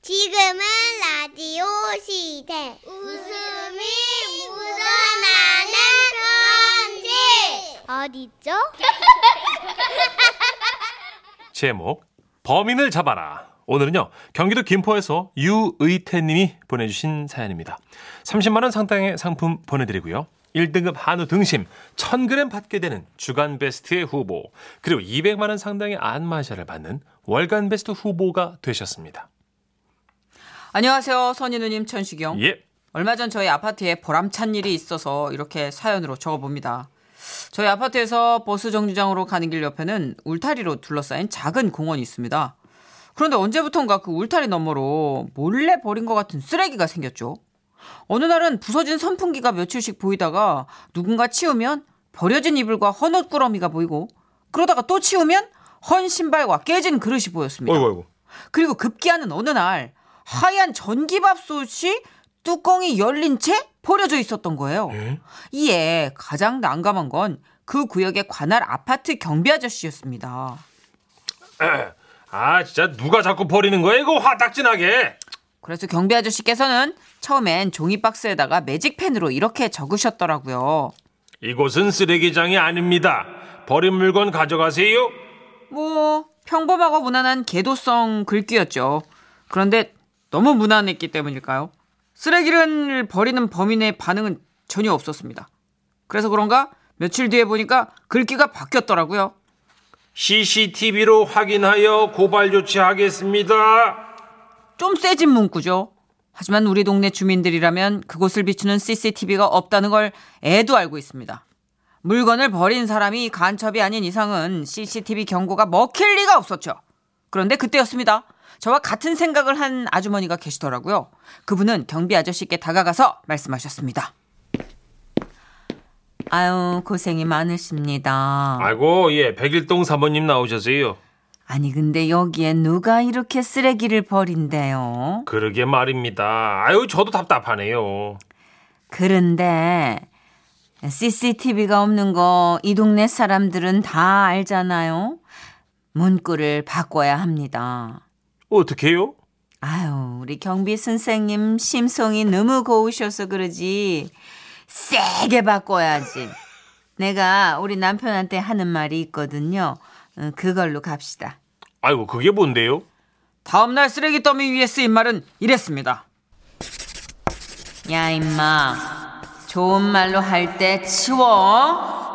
지금은 라디오 시대. 웃음이 묻어나는 편지. 어디죠? 제목 범인을 잡아라. 오늘은요 경기도 김포에서 유의태님이 보내주신 사연입니다. 30만 원 상당의 상품 보내드리고요. 1등급 한우 등심 1,000g 받게 되는 주간 베스트의 후보 그리고 200만 원 상당의 안마샤를 받는 월간 베스트 후보가 되셨습니다. 안녕하세요. 선희 누님, 천식영. 예, 얼마 전 저희 아파트에 보람찬 일이 있어서 이렇게 사연으로 적어봅니다. 저희 아파트에서 버스 정류장으로 가는 길 옆에는 울타리로 둘러싸인 작은 공원이 있습니다. 그런데 언제부턴가 그 울타리 너머로 몰래 버린 것 같은 쓰레기가 생겼죠. 어느 날은 부서진 선풍기가 며칠씩 보이다가 누군가 치우면 버려진 이불과 헌 옷구러미가 보이고 그러다가 또 치우면 헌 신발과 깨진 그릇이 보였습니다. 어이구 어이구 그리고 급기야는 어느 날 하얀 전기밥솥이 뚜껑이 열린 채 버려져 있었던 거예요. 이에 가장 난감한 건 그 구역의 관할 아파트 경비 아저씨였습니다. 아 진짜 누가 자꾸 버리는 거야 이거 화딱지나게 그래서 경비 아저씨께서는 처음엔 종이 박스에다가 매직펜으로 이렇게 적으셨더라고요. 이곳은 쓰레기장이 아닙니다. 버린 물건 가져가세요. 뭐 평범하고 무난한 개도성 글귀였죠. 그런데 너무 무난했기 때문일까요? 쓰레기를 버리는 범인의 반응은 전혀 없었습니다. 그래서 그런가 며칠 뒤에 보니까 글귀가 바뀌었더라고요. CCTV로 확인하여 고발 조치하겠습니다. 좀 세진 문구죠. 하지만 우리 동네 주민들이라면 그곳을 비추는 CCTV가 없다는 걸 애도 알고 있습니다. 물건을 버린 사람이 간첩이 아닌 이상은 CCTV 경고가 먹힐 리가 없었죠. 그런데 그때였습니다. 저와 같은 생각을 한 아주머니가 계시더라고요. 그분은 경비 아저씨께 다가가서 말씀하셨습니다. 아유, 고생이 많으십니다. 아이고, 예, 백일동 사모님 나오셨어요. 아니, 근데 여기에 누가 이렇게 쓰레기를 버린대요? 그러게 말입니다. 아유, 저도 답답하네요. 그런데 CCTV가 없는 거 이 동네 사람들은 다 알잖아요. 문구를 바꿔야 합니다. 어떡해요? 아유, 우리 경비 선생님 심성이 너무 고우셔서 그러지. 세게 바꿔야지. 내가 우리 남편한테 하는 말이 있거든요. 어, 그걸로 갑시다. 아이고, 그게 뭔데요? 다음날 쓰레기 더미 위에 쓰인 말은 이랬습니다. 야 임마 좋은 말로 할 때 치워.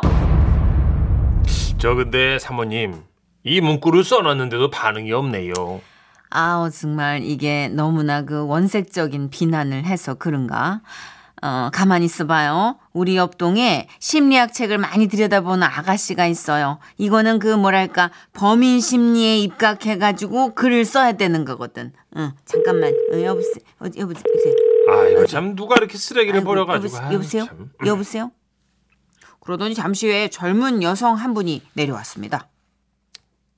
저 근데 사모님, 이 문구를 써놨는데도 반응이 없네요. 아우 정말 이게 너무나 그 원색적인 비난을 해서 그런가? 어 가만히 있어봐요. 우리 옆동에 심리학 책을 많이 들여다보는 아가씨가 있어요. 이거는 그 뭐랄까 범인 심리에 입각해가지고 글을 써야 되는 거거든. 응 잠깐만 어, 여보세요 어, 여보세요. 아이고, 참, 누가 이렇게 쓰레기를 아이고, 버려가지고. 아유, 여보세요? 참. 음. 여보세요? 여보세요? 그러더니 잠시 후에 젊은 여성 한 분이 내려왔습니다.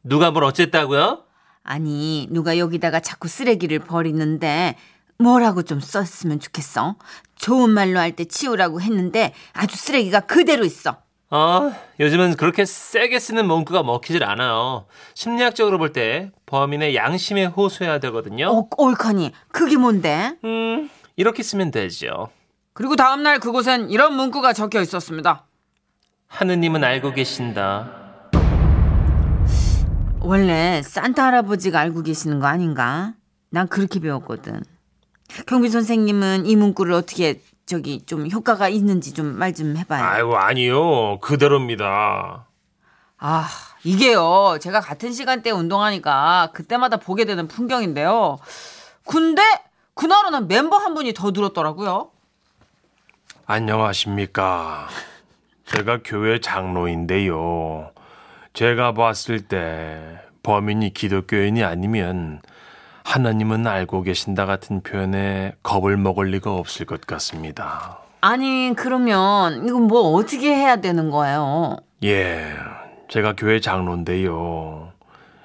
누가 뭘 어쨌다고요? 아니, 누가 여기다가 자꾸 쓰레기를 버리는데 뭐라고 좀 썼으면 좋겠어. 좋은 말로 할 때 치우라고 했는데 아주 쓰레기가 그대로 있어. 어, 요즘은 그렇게 세게 쓰는 문구가 먹히질 않아요. 심리학적으로 볼 때 범인의 양심에 호소해야 되거든요. 어, 옳거니. 그게 뭔데? 음, 이렇게 쓰면 되죠. 그리고 다음날 그곳엔 이런 문구가 적혀 있었습니다. 하느님은 알고 계신다. 원래 산타 할아버지가 알고 계시는 거 아닌가? 난 그렇게 배웠거든. 경비 선생님은 이 문구를 어떻게 저기 좀 효과가 있는지 좀 말 좀 해봐요. 아이고 아니요 그대로입니다. 아 이게요 제가 같은 시간대에 운동하니까 그때마다 보게 되는 풍경인데요. 근데 그날은 멤버 한 분이 더 늘었더라고요. 안녕하십니까. 제가 교회 장로인데요. 제가 봤을 때 범인이 기독교인이 아니면 하나님은 알고 계신다 같은 표현에 겁을 먹을 리가 없을 것 같습니다. 아니 그러면 이건 뭐 어떻게 해야 되는 거예요? 예, 제가 교회 장로인데요.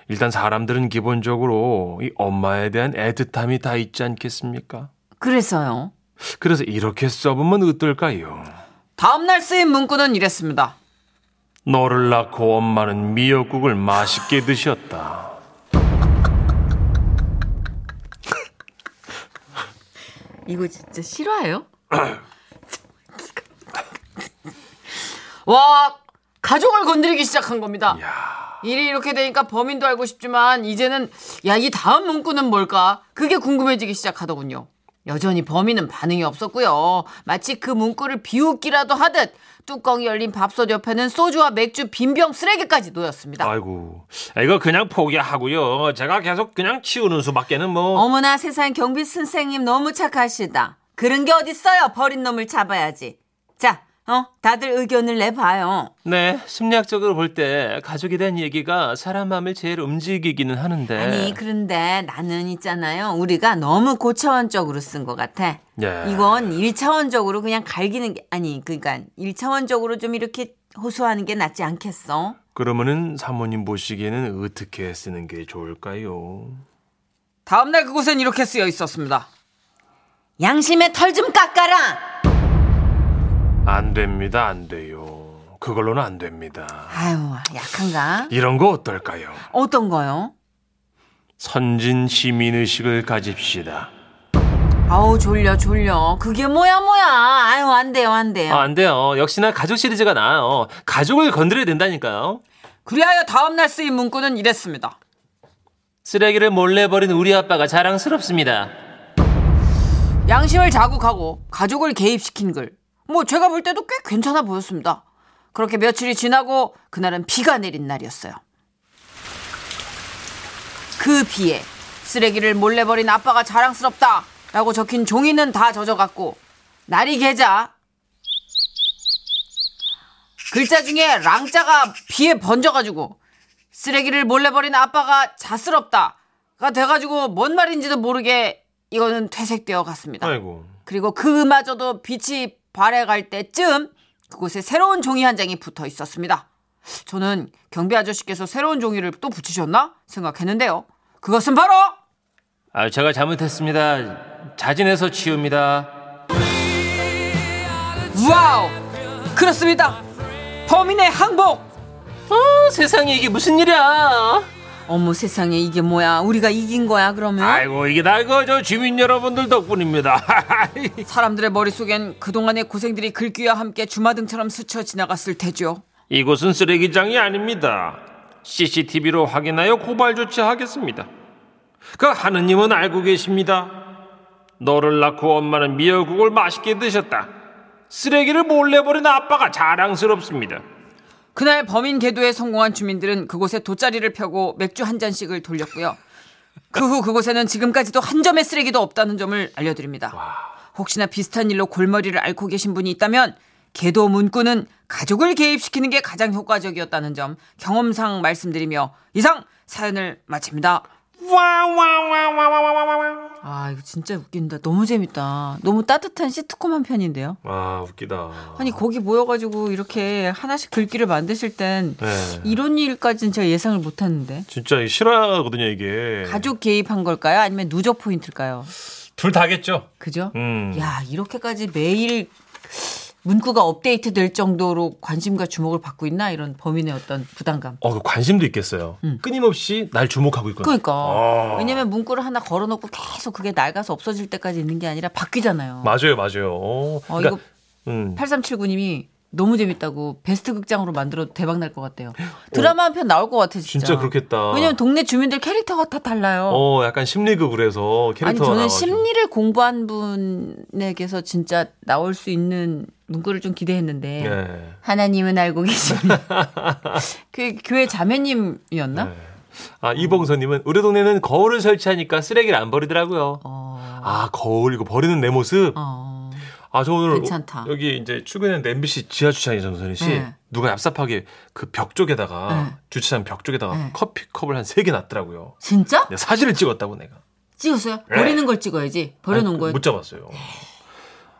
일단 사람들은 기본적으로 이 엄마에 대한 애틋함이 다 있지 않겠습니까? 그래서요. 그래서 이렇게 써보면 어떨까요? 다음날 쓰인 문구는 이랬습니다. 너를 낳고 엄마는 미역국을 맛있게 드셨다. 이거 진짜 실화예요? 와 가족을 건드리기 시작한 겁니다. 야 일이 이렇게 되니까 범인도 알고 싶지만 이제는 야 이 다음 문구는 뭘까 그게 궁금해지기 시작하더군요. 여전히 범인은 반응이 없었고요. 마치 그 문구를 비웃기라도 하듯 뚜껑이 열린 밥솥 옆에는 소주와 맥주 빈병 쓰레기까지 놓였습니다. 아이고 이거 그냥 포기하고요. 제가 계속 그냥 치우는 수밖에는 뭐. 어머나 세상 경비 선생님 너무 착하시다. 그런 게 어딨어요. 버린 놈을 잡아야지. 자, 어, 다들 의견을 내봐요. 네, 심리학적으로 볼 때 가족에 대한 얘기가 사람 마음을 제일 움직이기는 하는데. 아니, 그런데 나는 있잖아요. 우리가 너무 고차원적으로 쓴 것 같아. 예. 이건 일차원적으로 그냥 갈기는 게, 아니, 그러니까 일차원적으로좀 이렇게 호소하는 게 낫지 않겠어? 그러면은 사모님 보시기에는 어떻게 쓰는 게 좋을까요? 다음날 그곳엔 이렇게 쓰여 있었습니다. 양심의 털 좀 깎아라! 안 됩니다, 안 돼요. 그걸로는 안 됩니다. 아유, 약한가? 이런 거 어떨까요? 어떤 거요? 선진 시민 의식을 가집시다. 아우 졸려 졸려 그게 뭐야 뭐야 아유 안 돼요 안 돼요 아, 안 돼요. 역시나 가족 시리즈가 나아요. 가족을 건드려야 된다니까요. 그리하여 다음날 쓰인 문구는 이랬습니다 쓰레기를 몰래 버린 우리 아빠가 자랑스럽습니다. 양심을 자극하고 가족을 개입시킨 글 뭐 제가 볼 때도 꽤 괜찮아 보였습니다 그렇게 며칠이 지나고 그날은 비가 내린 날이었어요 그 비에 쓰레기를 몰래 버린 아빠가 자랑스럽다 라고 적힌 종이는 다 젖어갔고 날이 개자 글자 중에 랑자가 비에 번져가지고 쓰레기를 몰래 버린 아빠가 자스럽다가 돼가지고 뭔 말인지도 모르게 이거는 퇴색되어 갔습니다. 아이고. 그리고 그마저도 빛이 발해갈 때쯤 그곳에 새로운 종이 한 장이 붙어 있었습니다. 저는 경비 아저씨께서 새로운 종이를 또 붙이셨나 생각했는데요. 그것은 바로 아, 제가 잘못했습니다. 자진해서 치웁니다. 와우 그렇습니다. 범인의 항복. 어, 세상에 이게 무슨 일이야? 어머 세상에 이게 뭐야? 우리가 이긴 거야 그러면? 아이고 이게 다 이거 저 주민 여러분들 덕분입니다. 사람들의 머릿속엔 그동안의 고생들이 글귀와 함께 주마등처럼 스쳐 지나갔을 테죠. 이곳은 쓰레기장이 아닙니다. CCTV로 확인하여 고발 조치하겠습니다. 그 하느님은 알고 계십니다. 너를 낳고 엄마는 미역국을 맛있게 드셨다. 쓰레기를 몰래 버린 아빠가 자랑스럽습니다. 그날 범인 계도에 성공한 주민들은 그곳에 돗자리를 펴고 맥주 한 잔씩을 돌렸고요. 그 후 그곳에는 지금까지도 한 점의 쓰레기도 없다는 점을 알려드립니다. 혹시나 비슷한 일로 골머리를 앓고 계신 분이 있다면 계도 문구는 가족을 개입시키는 게 가장 효과적이었다는 점 경험상 말씀드리며 이상 사연을 마칩니다. 와와와와와와와. 아 이거 진짜 웃긴다. 너무 재밌다. 너무 따뜻한 시트콤 한 편인데요. 아 웃기다. 아니 거기 모여가지고 이렇게 하나씩 글귀를 만드실 땐 네. 이런 일까지는 제가 예상을 못했는데 진짜 실화거든요 이게. 가족 개입한 걸까요? 아니면 누적 포인트일까요? 둘 다겠죠. 그죠? 음. 야 이렇게까지 매일 문구가 업데이트될 정도로 관심과 주목을 받고 있나 이런 범인의 어떤 부담감. 어, 그 관심도 있겠어요. 음. 끊임없이 날 주목하고 있거든요. 그러니까 아. 왜냐면 문구를 하나 걸어놓고 계속 그게 낡아서 없어질 때까지 있는 게 아니라 바뀌잖아요. 맞아요, 맞아요. 어, 어, 그러니까, 이거 음. 8379님이 너무 재밌다고 베스트 극장으로 만들어도 대박 날 것 같아요. 드라마 한 편 나올 것 같아 진짜. 진짜 그렇겠다. 왜냐면 동네 주민들 캐릭터가 다 달라요. 어, 약간 심리극을 해서 캐릭터가 아니 저는 나와가지고. 심리를 공부한 분에게서 진짜 나올 수 있는 문구를 좀 기대했는데 예. 네. 하나님은 알고 계십니다. 그 교회 자매님이었나? 네. 아, 이봉선님은 우리 동네는 거울을 설치하니까 쓰레기를 안 버리더라고요. 어, 아, 거울 이거 버리는 내 모습. 어. 아, 저 오늘 괜찮다. 오- 여기 이제 출근했는데 MBC 지하 주차장이 정선희 씨 네. 누가 얍삽하게 그 벽 쪽에다가 네. 주차장 벽 쪽에다가 네. 커피 컵을 한 세 개 놨더라고요. 진짜? 내가 사진을 찍었다고 내가. 찍었어요? 버리는 걸 찍어야지. 버려놓은 네. 아니, 그뭐 거예요. 못 잡았어요.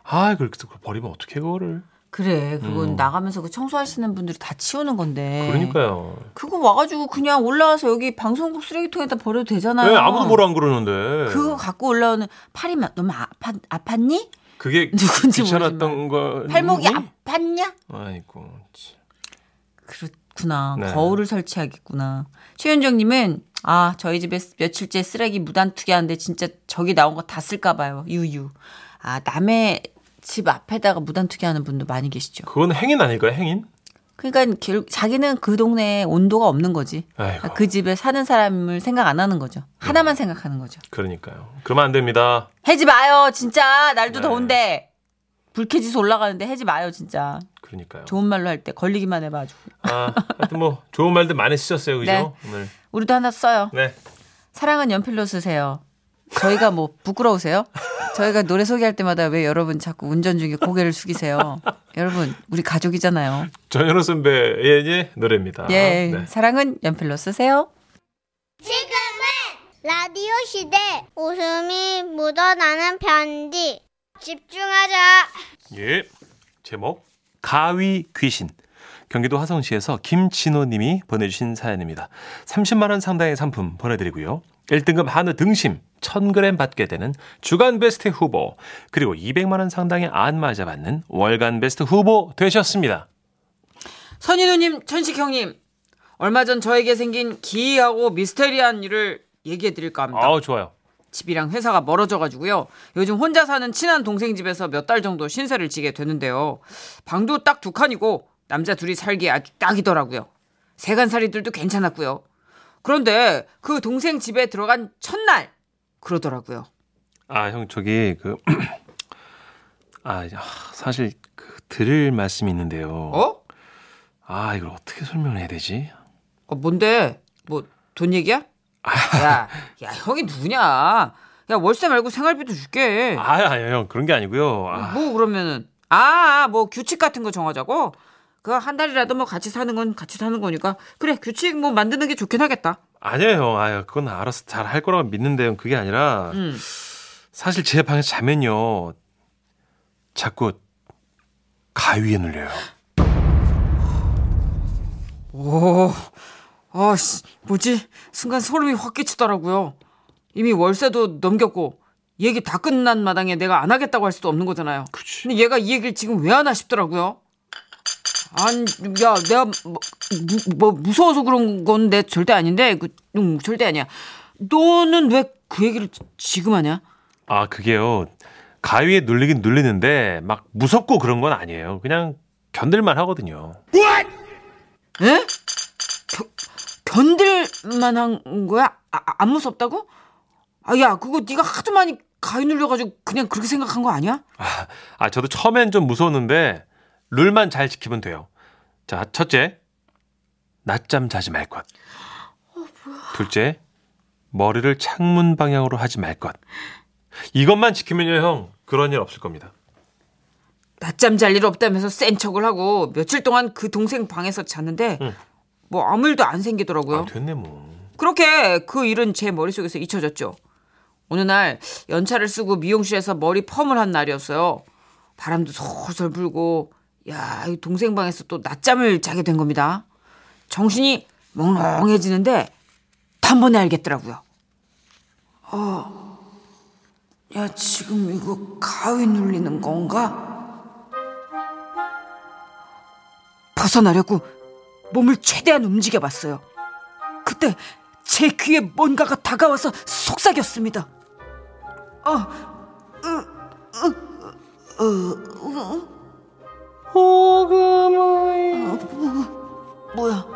아, 그렇게 버리면 어떻게 그거를? 그래, 그건 나가면서 그 청소하시는 분들이 다 치우는 건데. 음. 그러니까요. 그거 와가지고 그냥 올라와서 여기 방송국 쓰레기통에다 버려도 되잖아요. 왜 네, 아무도 뭐라 안 그러는데? 그거 갖고 올라오는 팔이 막 너무 아파, 아팠니? 그게 누군지 귀찮았던 거 팔목이 네. 아팠냐? 아이고 참. 그렇구나. 네. 거울을 설치하겠구나. 최윤정님은 아 저희 집에 며칠째 쓰레기 무단 투기하는데 진짜 저기 나온 거 다 쓸까봐요. 유유. 아, 남의 집 앞에다가 무단 투기하는 분도 많이 계시죠. 그건 행인 아닐까요? 행인? 그러니까 결국 자기는 그 동네에 온도가 없는 거지. 아이고. 그 집에 사는 사람을 생각 안 하는 거죠. 하나만 생각하는 거죠. 그러니까요. 그러면 안 됩니다. 해지 마요, 진짜. 날도 네. 더운데. 불쾌지수 올라가는데 해지 마요, 진짜. 그러니까요. 좋은 말로 할 때 걸리기만 해봐 아주. 아, 하여튼 뭐 좋은 말들 많이 쓰셨어요, 그죠? 네. 오늘. 우리도 하나 써요. 네. 사랑은 연필로 쓰세요. 저희가 뭐 부끄러우세요? 저희가 노래 소개할 때마다 왜 여러분 자꾸 운전 중에 고개를 숙이세요? 여러분 우리 가족이잖아요. 전현우 선배의 예, 노래입니다. 예, 네. 사랑은 연필로 쓰세요. 지금은 라디오 시대 웃음이 묻어나는 편지 집중하자 예. 제목 가위 귀신. 경기도 화성시에서 김진호 님이 보내주신 사연입니다. 30만 원 상당의 상품 보내드리고요. 1등급 한우 등심 1000g 받게 되는 주간베스트 후보 그리고 200만 원 상당의 안마자 받는 월간베스트 후보 되셨습니다. 선인우님, 천식형님, 얼마 전 저에게 생긴 기이하고 미스테리한 일을 얘기해 드릴까 합니다. 아우 좋아요. 집이랑 회사가 멀어져가지고요. 요즘 혼자 사는 친한 동생 집에서 몇 달 정도 신세를 지게 되는데요. 방도 딱 두 칸이고 남자 둘이 살기 아주 딱이더라고요. 세간살이들도 괜찮았고요. 그런데 그 동생 집에 들어간 첫날 그러더라고요. 아, 형 저기 그 아, 이제, 아, 사실 그 드릴 말씀이 있는데요. 어? 아, 이걸 어떻게 설명을 해야 되지? 어 뭔데? 뭐 돈 얘기야? 야, 야 형이 누구냐? 야 월세 말고 생활비도 줄게. 아, 아니요, 형 그런 게 아니고요. 아, 뭐 그러면은 아, 뭐 규칙 같은 거 정하자고. 그 한 달이라도 뭐 같이 사는 건 같이 사는 거니까 그래 규칙 뭐 만드는 게 좋긴 하겠다. 아니에요, 형. 아유, 그건 알아서 잘 할 거라고 믿는데 형 그게 아니라 음. 사실 제 방에 자면요. 자꾸 가위에 눌려요. 오, 아씨 뭐지? 순간 소름이 확 끼치더라고요. 이미 월세도 넘겼고 얘기 다 끝난 마당에 내가 안 하겠다고 할 수도 없는 거잖아요. 그치. 근데 얘가 이 얘기를 지금 왜 하나 싶더라고요. 아니, 야, 내가 뭐, 무- 뭐 무서워서 그런 건데 절대 아닌데, 그, 음, 절대 아니야. 너는 왜 그 얘기를 지금 하냐? 아, 그게요. 가위에 눌리긴 눌리는데 막 무섭고 그런 건 아니에요. 그냥 견딜만 하거든요. 에? 예? 겨- 견딜만한 거야? 아, 아, 안 무섭다고? 아, 야, 그거 네가 하도 많이 가위 눌려가지고 그냥 그렇게 생각한 거 아니야? 아, 저도 처음엔 좀 무서웠는데 룰만 잘 지키면 돼요. 자, 첫째. 낮잠 자지 말 것. 둘째. 머리를 창문 방향으로 하지 말 것. 이것만 지키면요, 형. 그런 일 없을 겁니다. 낮잠 잘 일 없다면서 센 척을 하고 며칠 동안 그 동생 방에서 잤는데 응. 뭐 아무 일도 안 생기더라고요. 아, 됐네, 뭐. 그렇게 그 일은 제 머릿속에서 잊혀졌죠. 어느 날 연차를 쓰고 미용실에서 머리 펌을 한 날이었어요. 바람도 솔솔 불고 야, 이 동생 방에서 또 낮잠을 자게 된 겁니다. 정신이 멍롱해지는데 단번에 알겠더라고요. 어. 야, 지금 이거 가위 눌리는 건가? 벗어나려고 몸을 최대한 움직여 봤어요. 그때 제 귀에 뭔가가 다가와서 속삭였습니다. 오금의 뭐야?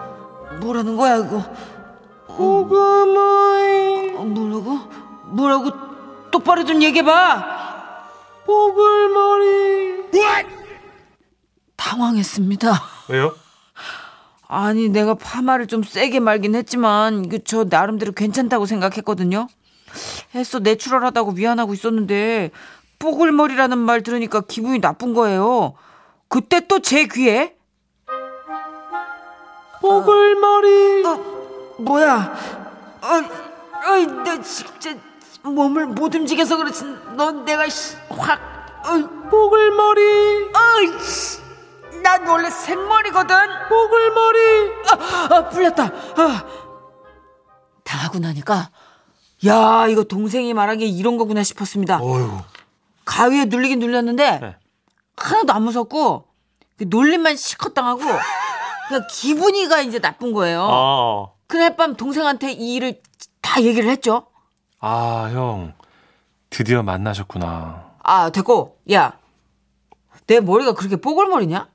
뭐라는 거야 이거? 오금의 어, 뭐라고? 뭐라고? 똑바로 좀 얘기해봐. 보글머리 당황했습니다. 왜요? 아니 내가 파마를 좀 세게 말긴 했지만 이거 저 나름대로 괜찮다고 생각했거든요. 했어 내추럴하다고 위안하고 있었는데 뽀글머리라는 말 들으니까 기분이 나쁜 거예요. 그때 또 제 귀에 보글머리 어, 뭐야? 어이, 어이, 너 진짜 몸을 못 움직여서 그렇지. 넌 내가 씨, 확, 어이, 보글머리 어이, 씨. 난 원래 생머리거든. 보글머리. 아, 아 불렸다. 아. 당하고 나니까, 야, 이거 동생이 말한 게 이런 거구나 싶었습니다. 어휴 가위에 눌리긴 눌렸는데 네. 하나도 안 무섭고 그 놀림만 실컷 당하고 그냥 기분이가 이제 나쁜 거예요. 아, 그날 밤 동생한테 이 일을 다 얘기를 했죠. 아, 형 드디어 만나셨구나 아, 됐고. 야. 내 머리가 그렇게 뽀글머리냐?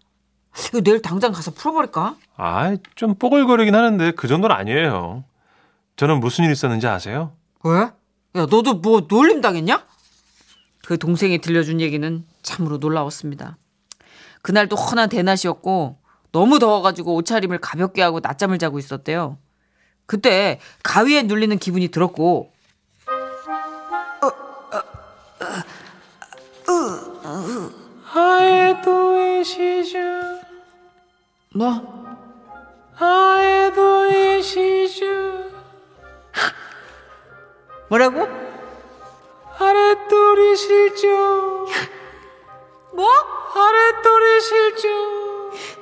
이거 내일 당장 가서 풀어버릴까? 아, 좀 뽀글거리긴 하는데 그 정도는 아니에요. 저는 무슨 일 있었는지 아세요? 왜? 야, 너도 뭐 놀림 당했냐? 그 동생이 들려준 얘기는 참으로 놀라웠습니다. 그날도 헌한 대낮이었고 너무 더워가지고 옷차림을 가볍게 하고 낮잠을 자고 있었대요. 그때 가위에 눌리는 기분이 들었고 아에도 이시죠. 나 아에도 이시죠. 뭐라고? 아랫돌이 실죠. 뭐? 아랫돌이 실죠.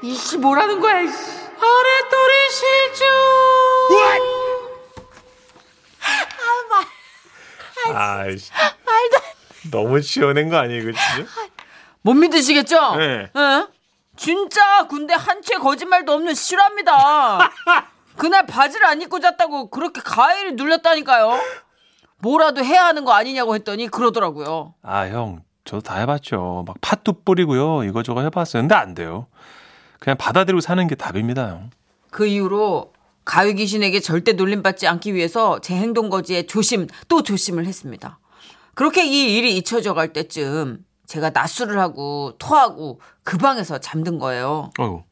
이씨 뭐라는 거야? 이씨. 아랫돌이 실죠. 아, 씨. 너무 지어낸 거 아니에요, 그죠? 못 믿으시겠죠? 네. 예? 진짜 군대 한 채 거짓말도 없는 실화입니다. 그날 바지를 안 입고 잤다고 그렇게 가위를 눌렸다니까요. 뭐라도 해야 하는 거 아니냐고 했더니 그러더라고요. 아, 형, 저도 다 해봤죠. 막 팥도 뿌리고요, 이거저거 해봤어요. 근데 안 돼요. 그냥 받아들이고 사는 게 답입니다, 형. 그 이후로 가위 귀신에게 절대 놀림받지 않기 위해서 제 행동 거지에 조심 또 조심을 했습니다. 그렇게 이 일이 잊혀져 갈 때쯤 제가 낮술을 하고 토하고 그 방에서 잠든 거예요. 어이구.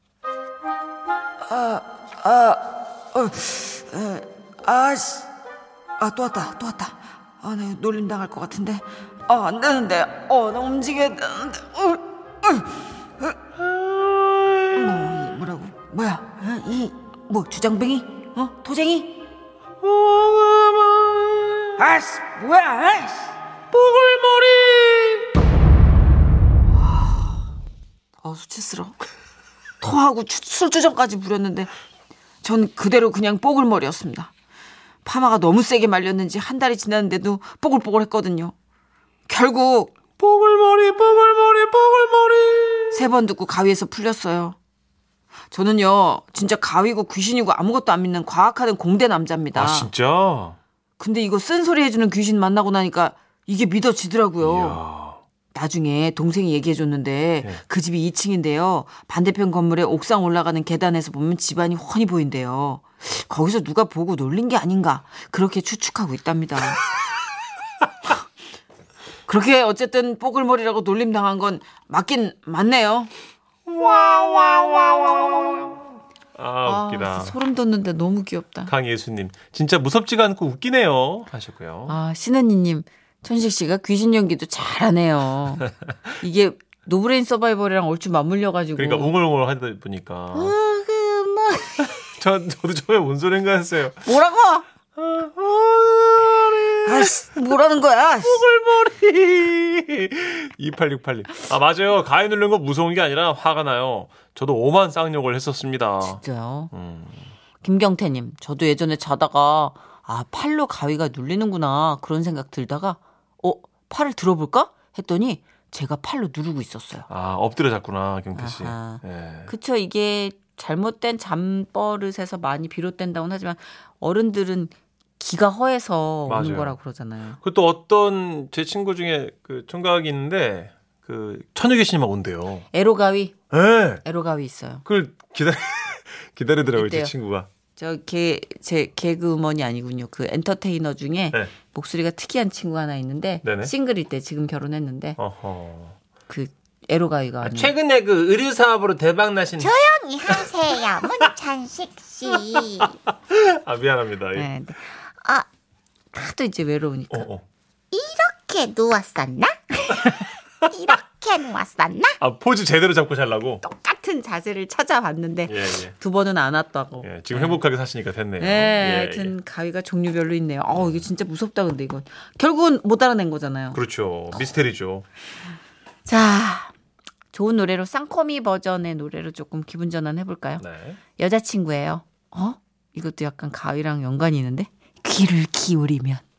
아씨, 아 또 왔다, 또 왔다. 아, 나 놀림 당할 것 같은데. 아, 안 되는데. 어, 나 움직여야 되는데. 어, 어, 어. 뭐, 뭐라고? 뭐야? 어, 이, 뭐, 주장뱅이? 어, 토쟁이? 아씨, 뭐야? 아이씨. 뽀글머리. 아, 수치스러워. 토하고 주- 술주정까지 부렸는데 전 그대로 그냥 뽀글머리였습니다. 파마가 너무 세게 말렸는지 한 달이 지났는데도 뽀글뽀글했거든요. 결국 뽀글머리, 뽀글머리, 뽀글머리. 세 번 듣고 가위에서 풀렸어요. 저는요 진짜 가위고 귀신이고 아무것도 안 믿는 과학하는 공대 남자입니다. 아, 진짜? 근데 이거 쓴소리 해주는 귀신 만나고 나니까 이게 믿어지더라고요. 이야. 네. 나중에 동생이 얘기해 줬는데 그 집이 2층인데요. 반대편 건물에 옥상 올라가는 계단에서 보면 집안이 훤히 보인대요. 거기서 누가 보고 놀린 게 아닌가 그렇게 추측하고 있답니다. 그렇게 어쨌든 뽀글머리라고 놀림 당한 건 맞긴 맞네요. 아, 웃기다. 소름 돋는데 너무 귀엽다. 강예수님, 진짜 무섭지가 않고 웃기네요. 하셨고요. 아, 신은이님, 천식 씨가 귀신 연기도 잘하네요. 이게 노브레인 서바이벌이랑 얼추 맞물려가지고. 그러니까 웅얼웅얼 하다 보니까. 아. 그뭐 저, 저도 처음에 뭔 소린가 했어요. 아, 뭐라고? 아이씨, 뭐라는 거야? 아이씨. 뽀글머리. 28681. 아, 맞아요. 가위 누른 거 무서운 게 아니라 화가 나요. 저도 오만 쌍욕을 했었습니다. 진짜요? 음. 김경태님, 저도 예전에 자다가 아 팔로 가위가 눌리는구나 그런 생각 들다가 어 팔을 들어볼까 했더니 제가 팔로 누르고 있었어요. 아, 엎드려 잤구나, 경태 씨. 아하. 예. 그쵸 이게 잘못된 잠버릇에서 많이 비롯된다고는 하지만 어른들은 기가 허해서 맞아요. 오는 거라 고 그러잖아요. 그리고 또 어떤 제 친구 중에 그 총각이 있는데 그 천유귀신이 막 온대요. 에로 가위, 예. 에로 가위 있어요. 그걸 기다 기다리더라고요 제 있대요. 친구가. 저개제 개그우먼이 아니군요. 그 엔터테이너 중에 네. 목소리가 특이한 친구 하나 있는데 네네. 싱글일 때 지금 결혼했는데 어허. 그 에로 가위가 아니에요. 최근에 그 의류 사업으로 대박 나신. 조용히 하세요 문찬식 씨. 아 미안합니다. 예. 네. 근데 아, 하도 이제 외로우니까. 어, 어. 이렇게 누웠었나? 이렇게 누웠었나? 아 포즈 제대로 잡고 살라고. 똑같은 자세를 찾아봤는데 예 예. 두 번은 안 왔다고. 예 지금 행복하게 사시니까 됐네요. 네, 예, 하여튼 가위가 종류별로 있네요. 어, 이게 진짜 무섭다 근데 이건 결국은 못 알아낸 거잖아요. 예. 그렇죠. 미스테리죠. 자, 좋은 노래로 쌍코미 버전의 노래로 조금 기분 전환 해볼까요? 네. 여자친구예요. 어? 이것도 약간 가위랑 연관이 있는데 귀를 기울이면